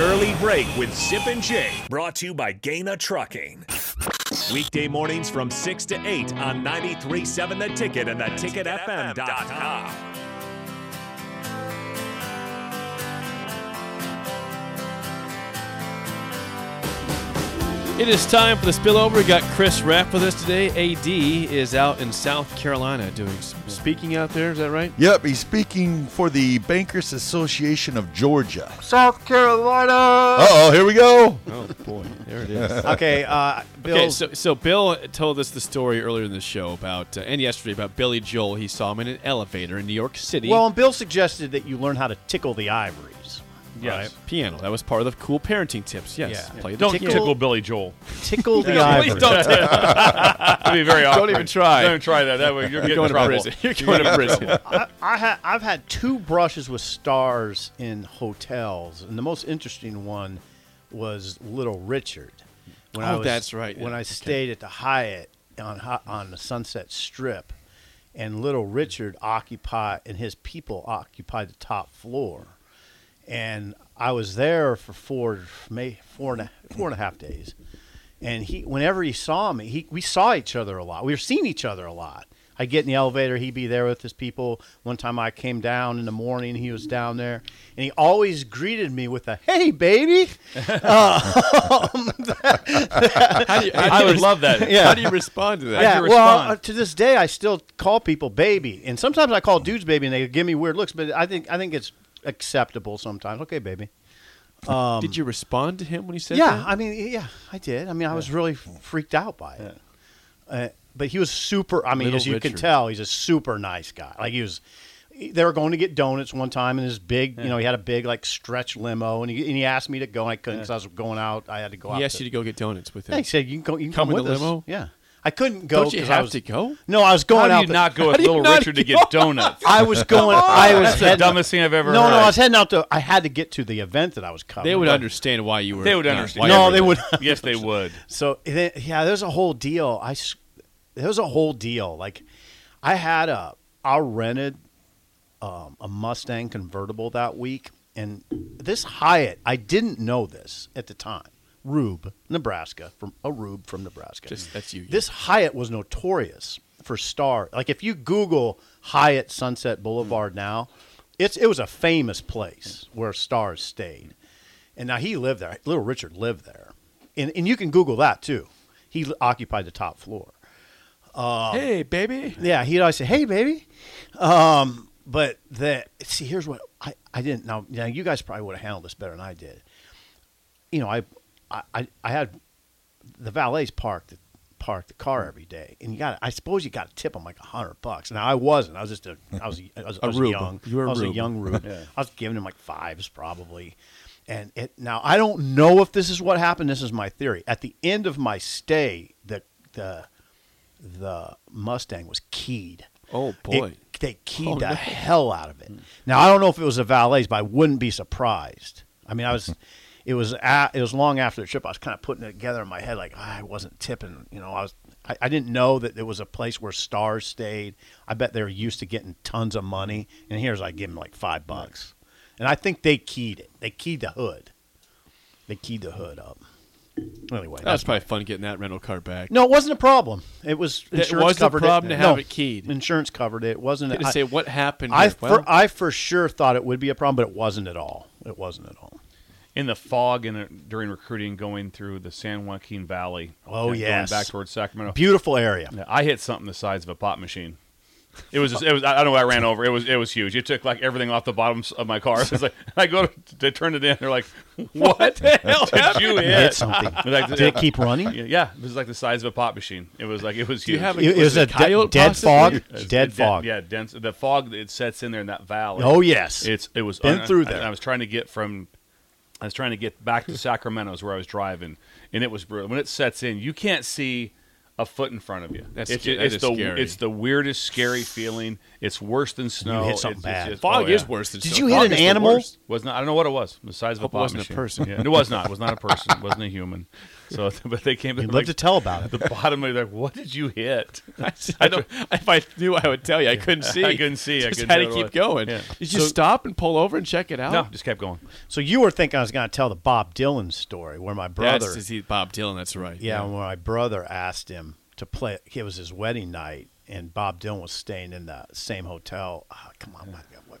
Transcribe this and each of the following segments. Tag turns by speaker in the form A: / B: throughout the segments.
A: Early break with Zip and Jay, brought to you by Gaina Trucking. Weekday mornings from 6 to 8 on 937 The Ticket and theticketfm.com.
B: It is time for the spillover. We got Chris Rapp with us today. AD is out in South Carolina doing s- speaking out there. Is that right?
C: Yep, he's speaking for the Bankers Association of Georgia.
D: South Carolina.
C: Uh oh, here we go.
B: Oh boy, there it is.
D: Okay, uh, Bill.
B: Okay, so, so Bill told us the story earlier in the show about uh, and yesterday about Billy Joel. He saw him in an elevator in New York City.
D: well, and Bill suggested that you learn how to tickle the ivories.
B: yes, piano. That was part of the cool parenting tips. Yes,
D: Yeah.
B: play the
E: Don't
B: tickle.
E: tickle, Billy Joel.
D: Tickle the
B: Please
D: ivories.
B: don't tickle.
E: That'd be very awkward.
B: Don't even try.
E: Don't even try that. That way you're
B: You're
E: getting
B: going to
E: in trouble.
B: prison. You're going to prison.
D: I, I ha- I've had two brushes with stars in hotels, and the most interesting one was Little Richard. When
B: Oh, that's right.
D: When
B: Yeah,
D: I
B: okay.
D: stayed at the Hyatt on Hi- on the Sunset Strip, and Little Richard occupied and his people occupied the top floor, and I was there for four, may four and a, four and a half days, and he whenever he saw me, he we saw each other a lot. We were seeing each other a lot. I would get in the elevator, he'd be there with his people. One time I came down in the morning, he was down there, and he always greeted me with a "Hey, baby."
B: How do you,
E: I would love that.
B: How do you respond to that?
D: yeah,
E: you
D: well,
E: respond?
D: uh, to this day, I still call people baby, and sometimes I call dudes baby, and they give me weird looks. But I think I think it's acceptable sometimes. Okay, baby.
B: Did you respond to him when he said
D: uh, yeah,
B: that?
D: I mean, yeah, I did. I mean, I was really freaked out by it. Uh, but he was super. I mean,
B: Little
D: as you
B: Richard.
D: can tell, he's a super nice guy. Like he was. They were going to get donuts one time in his big, you know, he had a big like stretch limo, and he, and he asked me to go, and I couldn't because I was going out. I had to go out.
B: He asked
D: to-
B: you to go get donuts with him.
D: Yeah, he said you can go. You can
B: Come
D: come,
B: in
D: with
B: the
D: us."
B: limo?
D: Yeah, I couldn't go.
B: Don't you
D: 'cause I
B: have
D: was-
B: to go?
D: No, I was
E: How
D: going
E: do
D: out.
E: you
D: the-
E: not go with
B: do you
E: Little
B: not
E: Richard to
B: go?
E: get donuts?
D: I was going. I was
E: That's the
D: heading-
E: dumbest thing I've ever
D: No,
E: heard.
D: no, I was heading out to. I had to get to the event that I was covering.
B: They would understand why you were.
E: They would
B: not-
E: understand.
B: why you
D: No,
B: were
D: they
B: there.
D: would.
E: yes, they would.
D: So then- yeah, there's a whole deal. I s- there was a whole deal. Like I had a I rented um, a Mustang convertible that week, and this Hyatt I didn't know this at the time. Rube, Nebraska, from a Rube from Nebraska.
B: Just- that's you.
D: This Hyatt was notorious for star. Like if you Google Hyatt Sunset Boulevard
B: Hmm.
D: now, it's it was a famous place where stars stayed. And now he lived there. Little Richard lived there, and and you can Google that too. He l- occupied the top floor.
B: Hey, baby.
D: Yeah, he'd always say, "Hey, baby," um, but the see, here's what I, I didn't. Now, now you guys probably would have handled this better than I did. You know, I I I, I had the valets parked parked the car every day, and you got I suppose you got to tip them like a hundred bucks. Now I wasn't. I was just a I was I was, I was
B: rube.
D: young.
B: You were a
D: I was
B: rube.
D: a young rube. I was giving him like fives probably. And it, now I don't know if this is what happened. This is my theory. At the end of my stay, the the the Mustang was keyed.
B: Oh,
D: It-
B: boy.
D: they keyed
B: Oh,
D: the
B: no.
D: hell out of it. Now I don't know if it was the valet's, but I wouldn't be surprised. I mean, I was. It was a it was long after the trip. I was kind of putting it together in my head, like "Ah, I wasn't tipping. You know, I was. I, I didn't know that there was a place where stars stayed. I bet they were used to getting tons of money, and here's I give them like five bucks, and I think they keyed it. They keyed the hood. They keyed the hood up. Anyway,
B: That was probably fun getting that rental car back.
D: no, it wasn't a problem. It was
B: That
D: insurance
B: was the
D: covered
B: problem
D: it.
B: to have
D: No,
B: it keyed.
D: Insurance covered it. It wasn't.
B: Didn't
D: I,
B: say what happened.
D: I
B: here. Well,
D: for, I for sure thought it would be a problem, but it wasn't at all. It wasn't at all.
E: in the fog and during recruiting, going through the San Joaquin Valley.
D: Oh,
E: and
D: yes.
E: going back towards Sacramento.
D: Beautiful area.
E: Yeah, I hit something the size of a pop machine. It was. Just, it was. I don't know. What I ran over. It was. It was huge. It took like everything off the bottoms of my car. It was like I go to, to turn it in. They're like, "What, the hell did you
D: You hit
E: hit?"
D: something.
E: Like,
D: Did it keep running?
E: Yeah, it was like the size of a pop machine. It was like it was
B: you
E: huge.
B: have a-
D: It
B: Was
D: was
B: it
D: a de-
B: coyote
D: dead
B: possibly?
D: fog.
E: It's
D: Dead
E: den-
D: fog.
E: Yeah, dense. The fog that sets in there in that valley.
D: Oh yes.
E: It's it was
D: Been through there.
E: I, I was trying to get from, I was trying to get back to Sacramento is where I was driving, and it was brutal. When it sets in, you can't see a foot in front of you.
B: That's
E: it's,
B: sca- that
E: it's
B: is
E: the
B: scary.
E: it's the weirdest, scary feeling. It's worse than snow.
D: hit something
E: It's-
D: bad.
E: It's, just-
B: Fog
E: oh, yeah.
B: is worse than
D: Did
B: snow.
D: you hit
B: Fog
D: an
B: is the
D: animal?
B: worst.
E: Was not. I don't know what it was. The size of a
B: Hope it
E: pop
B: wasn't a
E: machine.
B: person.
E: Yeah, it was not. It was not a person. It wasn't a human. So, but they came.
D: You'd
E: to
D: love to tell about it.
E: the bottom of it, like, what did you hit?
B: I, don't. If I knew, I would tell you. I couldn't see.
E: I couldn't see. I
B: just
E: couldn't
B: had
E: tell
B: to
E: it
B: keep
E: was.
B: going.
E: Yeah.
B: Did you stop and pull over and check it out?
E: No, just kept going.
D: So you were thinking I was going to tell the Bob Dylan story where my brother.
B: That's to see Bob Dylan. That's right.
D: Yeah, when my brother asked him to play, it was his wedding night, and Bob Dylan was staying in the same hotel. Ah, come on, my God, what?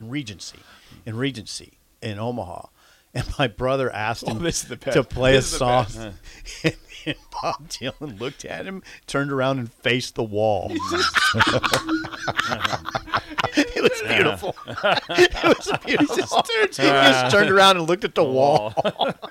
D: Regency, in Regency in Omaha, and my brother asked him
B: this is the best.
D: to play
B: This
D: a
B: is the
D: song. And, and Bob Dylan looked at him, turned around, and faced the wall. it was beautiful. it was beautiful. He just, turned, he just turned around and looked at the wall.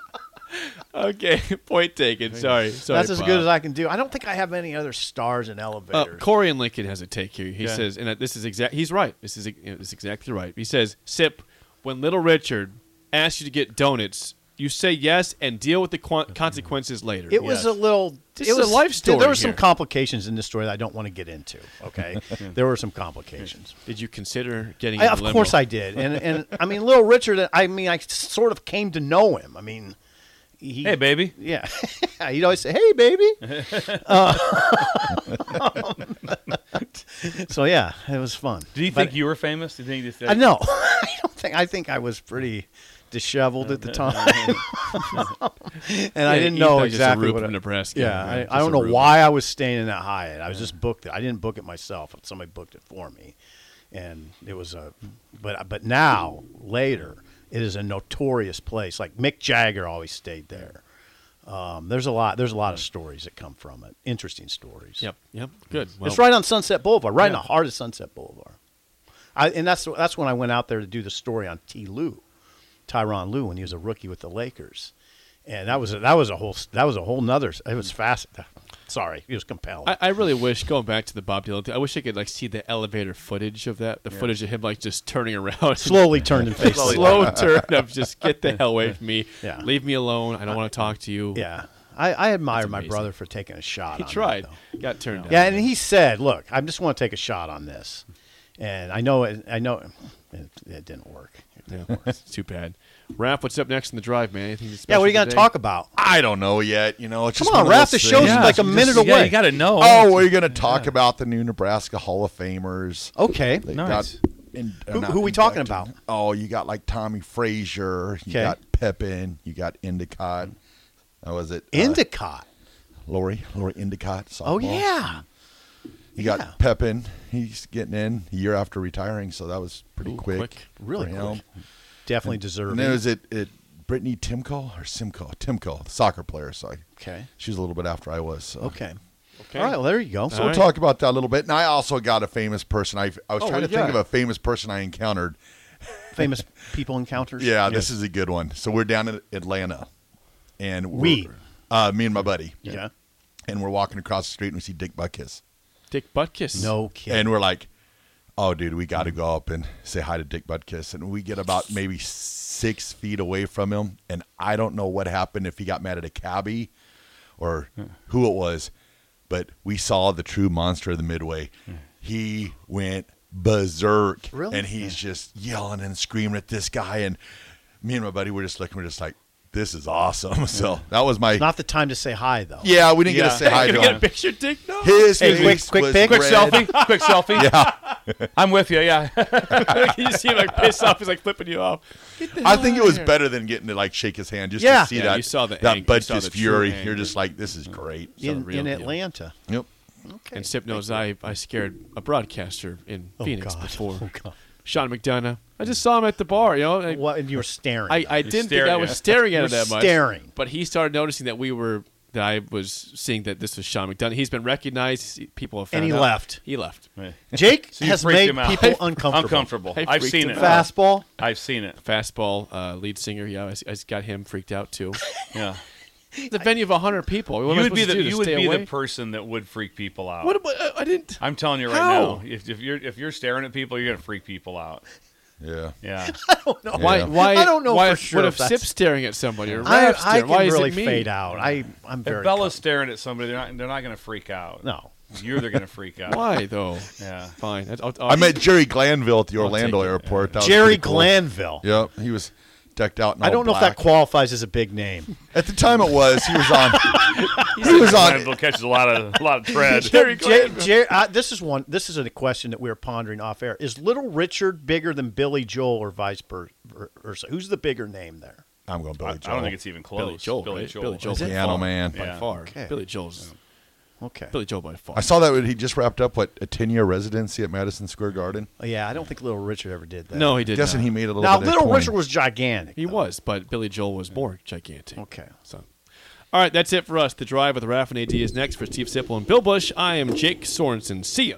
B: Okay. Point taken. Sorry. Sorry.
D: That's as good
B: Bob.
D: as I can do. I don't think I have any other stars in
B: Uh,
D: elevators.
B: Corey and Lincoln has a take here. He
E: Yeah.
B: says, and this is exact. He's right. This is, you know, this is exactly right. He says, "Sip, when Little Richard asks you to get donuts, you say yes and deal with the qu- consequences later."
D: it was a little.
B: This
D: it
B: is a
D: was
B: life story
D: There were
B: here.
D: some complications in this story that I don't want to get into. Okay, there were some complications.
B: Did you consider getting?
D: I,
B: in the
D: of
B: limo?
D: course I did, and and I mean, Little Richard. I mean, I sort of came to know him. I mean, he,
E: Hey, baby.
D: yeah, he'd always say, "Hey, baby." Uh, um, so yeah, it was fun.
E: Did he think you were famous? Did he think
D: I know. I don't think. I think I was pretty disheveled at the time, and I
B: Yeah,
D: didn't
B: Ethan
D: know
B: was just a
D: exactly
B: rube
D: what.
B: from
D: I-
B: Nebraska.
D: Yeah,
B: Yeah,
D: I, I
B: just a
D: don't know
B: rube.
D: why I was staying in that Hyatt. I was just booked it. I didn't book it myself. Somebody booked it for me, and it was a. But but now later, it is a notorious place. Like Mick Jagger always stayed there. Um, there's a lot. There's a lot of stories that come from it. Interesting stories.
B: Yep. Yep. Good. Well,
D: It's right on Sunset Boulevard, right in the heart of Sunset Boulevard. I, and that's that's when I went out there to do the story on T. Lou, Tyron Lou, when he was a rookie with the Lakers, and that was a, that was a whole that was a whole nother. It was fast. Sorry, it was compelling.
B: I, I really wish going back to the Bob Dylan. thing, I wish I could like see the elevator footage of that. The footage of him like just turning around.
D: Slowly turned and faced. the wall.
B: Slow turn of just get the hell away from me.
D: Yeah.
B: Leave me alone. I don't want to talk to you.
D: Yeah, I, I admire my
B: amazing.
D: brother for taking a shot.
B: He
D: on that,
B: tried.
D: though.
B: Got turned down.
D: Yeah, and he said, "Look, I just want to take a shot on this," and I know it. I know it, it didn't work.
B: Yeah, it's too bad. Raph, what's up next in the drive, man? Anything
D: Yeah,
B: special
D: what are you going to
B: today?
D: talk about?
C: I don't know yet. You know, it's
D: Come
C: just
D: on,
C: one of
D: Raph.
C: those
D: The show's
C: things.
D: like a
C: You
D: minute
C: just-
D: away.
E: you got to know.
C: Oh, we're going to talk about the new Nebraska Hall of Famers.
D: Okay.
C: They
E: Nice.
C: got in- uh,
D: Who-
C: not
D: who we talking
C: inducted.
D: about?
C: Oh, you got like Tommy Frazier. You
D: Okay.
C: got Pepin. You got Endicott. That was it. Uh,
D: Endicott.
C: Lori. Lori Endicott.
D: Oh
C: sophomore.
D: yeah.
C: You
D: yeah.
C: got Pepin. He's getting in a year after retiring, so that was pretty quick.
B: quick.
D: Really
C: for him.
D: quick. Definitely deserving.
C: And then was it, it Brittany Timko or Simco? Timko, the soccer player. So I-
D: Okay.
C: she was a little bit after I was. So.
D: Okay.
B: Okay.
D: All right. Well, there you go.
C: So we'll talk about that a little bit. And I also got a famous person. I I was
B: Oh,
C: trying
B: what
C: to
B: do you
C: think of
B: got?
C: a famous person I encountered,
D: famous people encounters.
C: Yeah, this is a good one. So we're down in Atlanta, and we're,
D: We.
C: uh, me and my buddy,
D: yeah.
C: and we're walking across the street and we see Dick Butkus,
B: Dick Butkus.
D: No kidding.
C: and we're like, "Oh, dude, we got to go up and say hi to Dick Butkus." And we get about maybe six feet away from him, and I don't know what happened if he got mad at a cabbie or who it was, but we saw the true monster of the Midway. He went berserk,
D: Really?
C: and he's just yelling and screaming at this guy. And me and my buddy were just looking, we're just like, "This is awesome." So that was my.
D: Not the time to say hi though.
C: yeah, we didn't get
E: Yeah.
C: to say hi to
B: You get a
C: him.
B: picture, Dick? No.
C: His
E: Hey, quick-
C: face
D: quick
C: was
D: pic?
E: Quick
C: red.
E: selfie. Oh, Quick selfie. Yeah. I'm with you. Yeah.
B: you just see him like pissed off. He's like flipping you off.
C: I think it was better than getting to like shake his hand just
D: Yeah.
C: to see
B: Yeah,
C: that
B: you saw the
C: that
B: ang- you saw
C: Butkus
B: the true
C: fury.
B: anger.
C: You're just like, this is great.
B: the
D: In,
B: Oh, real
D: in
B: deal.
D: Atlanta.
C: Yep.
D: Okay.
B: And Sip knows I, I scared a broadcaster in
D: Oh,
B: Phoenix
D: God.
B: before.
D: Oh, God.
B: Sean McDonough. I just saw him at the bar, you know. and
D: What? And you were staring.
B: I, I didn't think I
E: staring
B: was
E: at-
B: staring at
D: You're
B: it that much.
D: staring.
B: But he started noticing that we were that I was seeing that this was Sean McDonough. He's been recognized. People have found
D: And he
B: out.
D: left.
B: He left.
D: Jake
E: So you
D: has
E: freaked
D: made
E: him out.
D: people uncomfortable.
E: Uncomfortable.
B: I
E: I've
B: freaked
E: seen
B: him
E: it.
B: out.
D: Fastball.
E: I've seen it.
B: Fastball uh, lead singer. Yeah, I, s- I s- got him freaked out too.
E: Yeah.
B: It's a venue of hundred people. What am I
E: you would be
B: supposed to
E: the
B: do,
E: you
B: to
E: would
B: stay
E: be
B: away?
E: the person that would freak people out.
B: What am I, I didn't.
E: I'm telling you right
B: How?
E: now, if, if you're if you're staring at people, you're gonna freak people out.
C: Yeah.
E: Yeah.
B: Why? Why?
D: I don't know
B: Why,
D: for sure
B: What
D: if
B: if
D: that's-
B: Sip's staring at somebody or
D: I,
B: Raph
D: I
B: staring?
D: can
B: Why
D: really
B: is it me?
D: fade out. I I'm very
E: if Bella's staring at somebody, they're not they're not gonna freak out.
D: No.
E: You're they're gonna freak out.
B: Why though?
E: Yeah.
B: Fine. I'll, I'll,
C: I met Jerry Glanville at the Orlando
B: take it.
C: airport. That was
D: Jerry
C: pretty cool.
D: Glanville.
C: Yep. He was decked out. In
D: I
C: all
D: don't know if that
C: black.
D: qualifies as a big name.
C: At the time it was, he was on. he was on.
E: Glanville catches a lot of a lot of tread.
D: Jer- Jer- uh, this is one. This is a question that we were pondering off air. Is Little Richard bigger than Billy Joel or vice per- versa? Who's the bigger name there?
C: I'm going
E: I
C: Billy Joel.
E: don't think it's even close.
B: Billy Joel. right? Billy Joel.
C: Is it?
B: by
C: Piano
B: far.
C: Man.
B: by
E: Yeah.
B: far.
D: Okay.
B: Billy Joel's.
D: Okay.
B: Billy Joel by far.
C: I saw that when he just wrapped up what a 10 year residency at Madison Square Garden.
D: Yeah, I don't think Little Richard ever did that.
B: no, he did.
C: Guessing
B: not.
C: he made a little.
D: Now
C: bit of
D: Little
C: coin.
D: Richard was gigantic.
B: He
D: though.
B: was, but Billy Joel was more gigantic.
D: Okay.
B: So, all right, that's it for us. The drive with Raff and AD is next for Steve Sipple and Bill Bush. I am Jake Sorensen. See ya.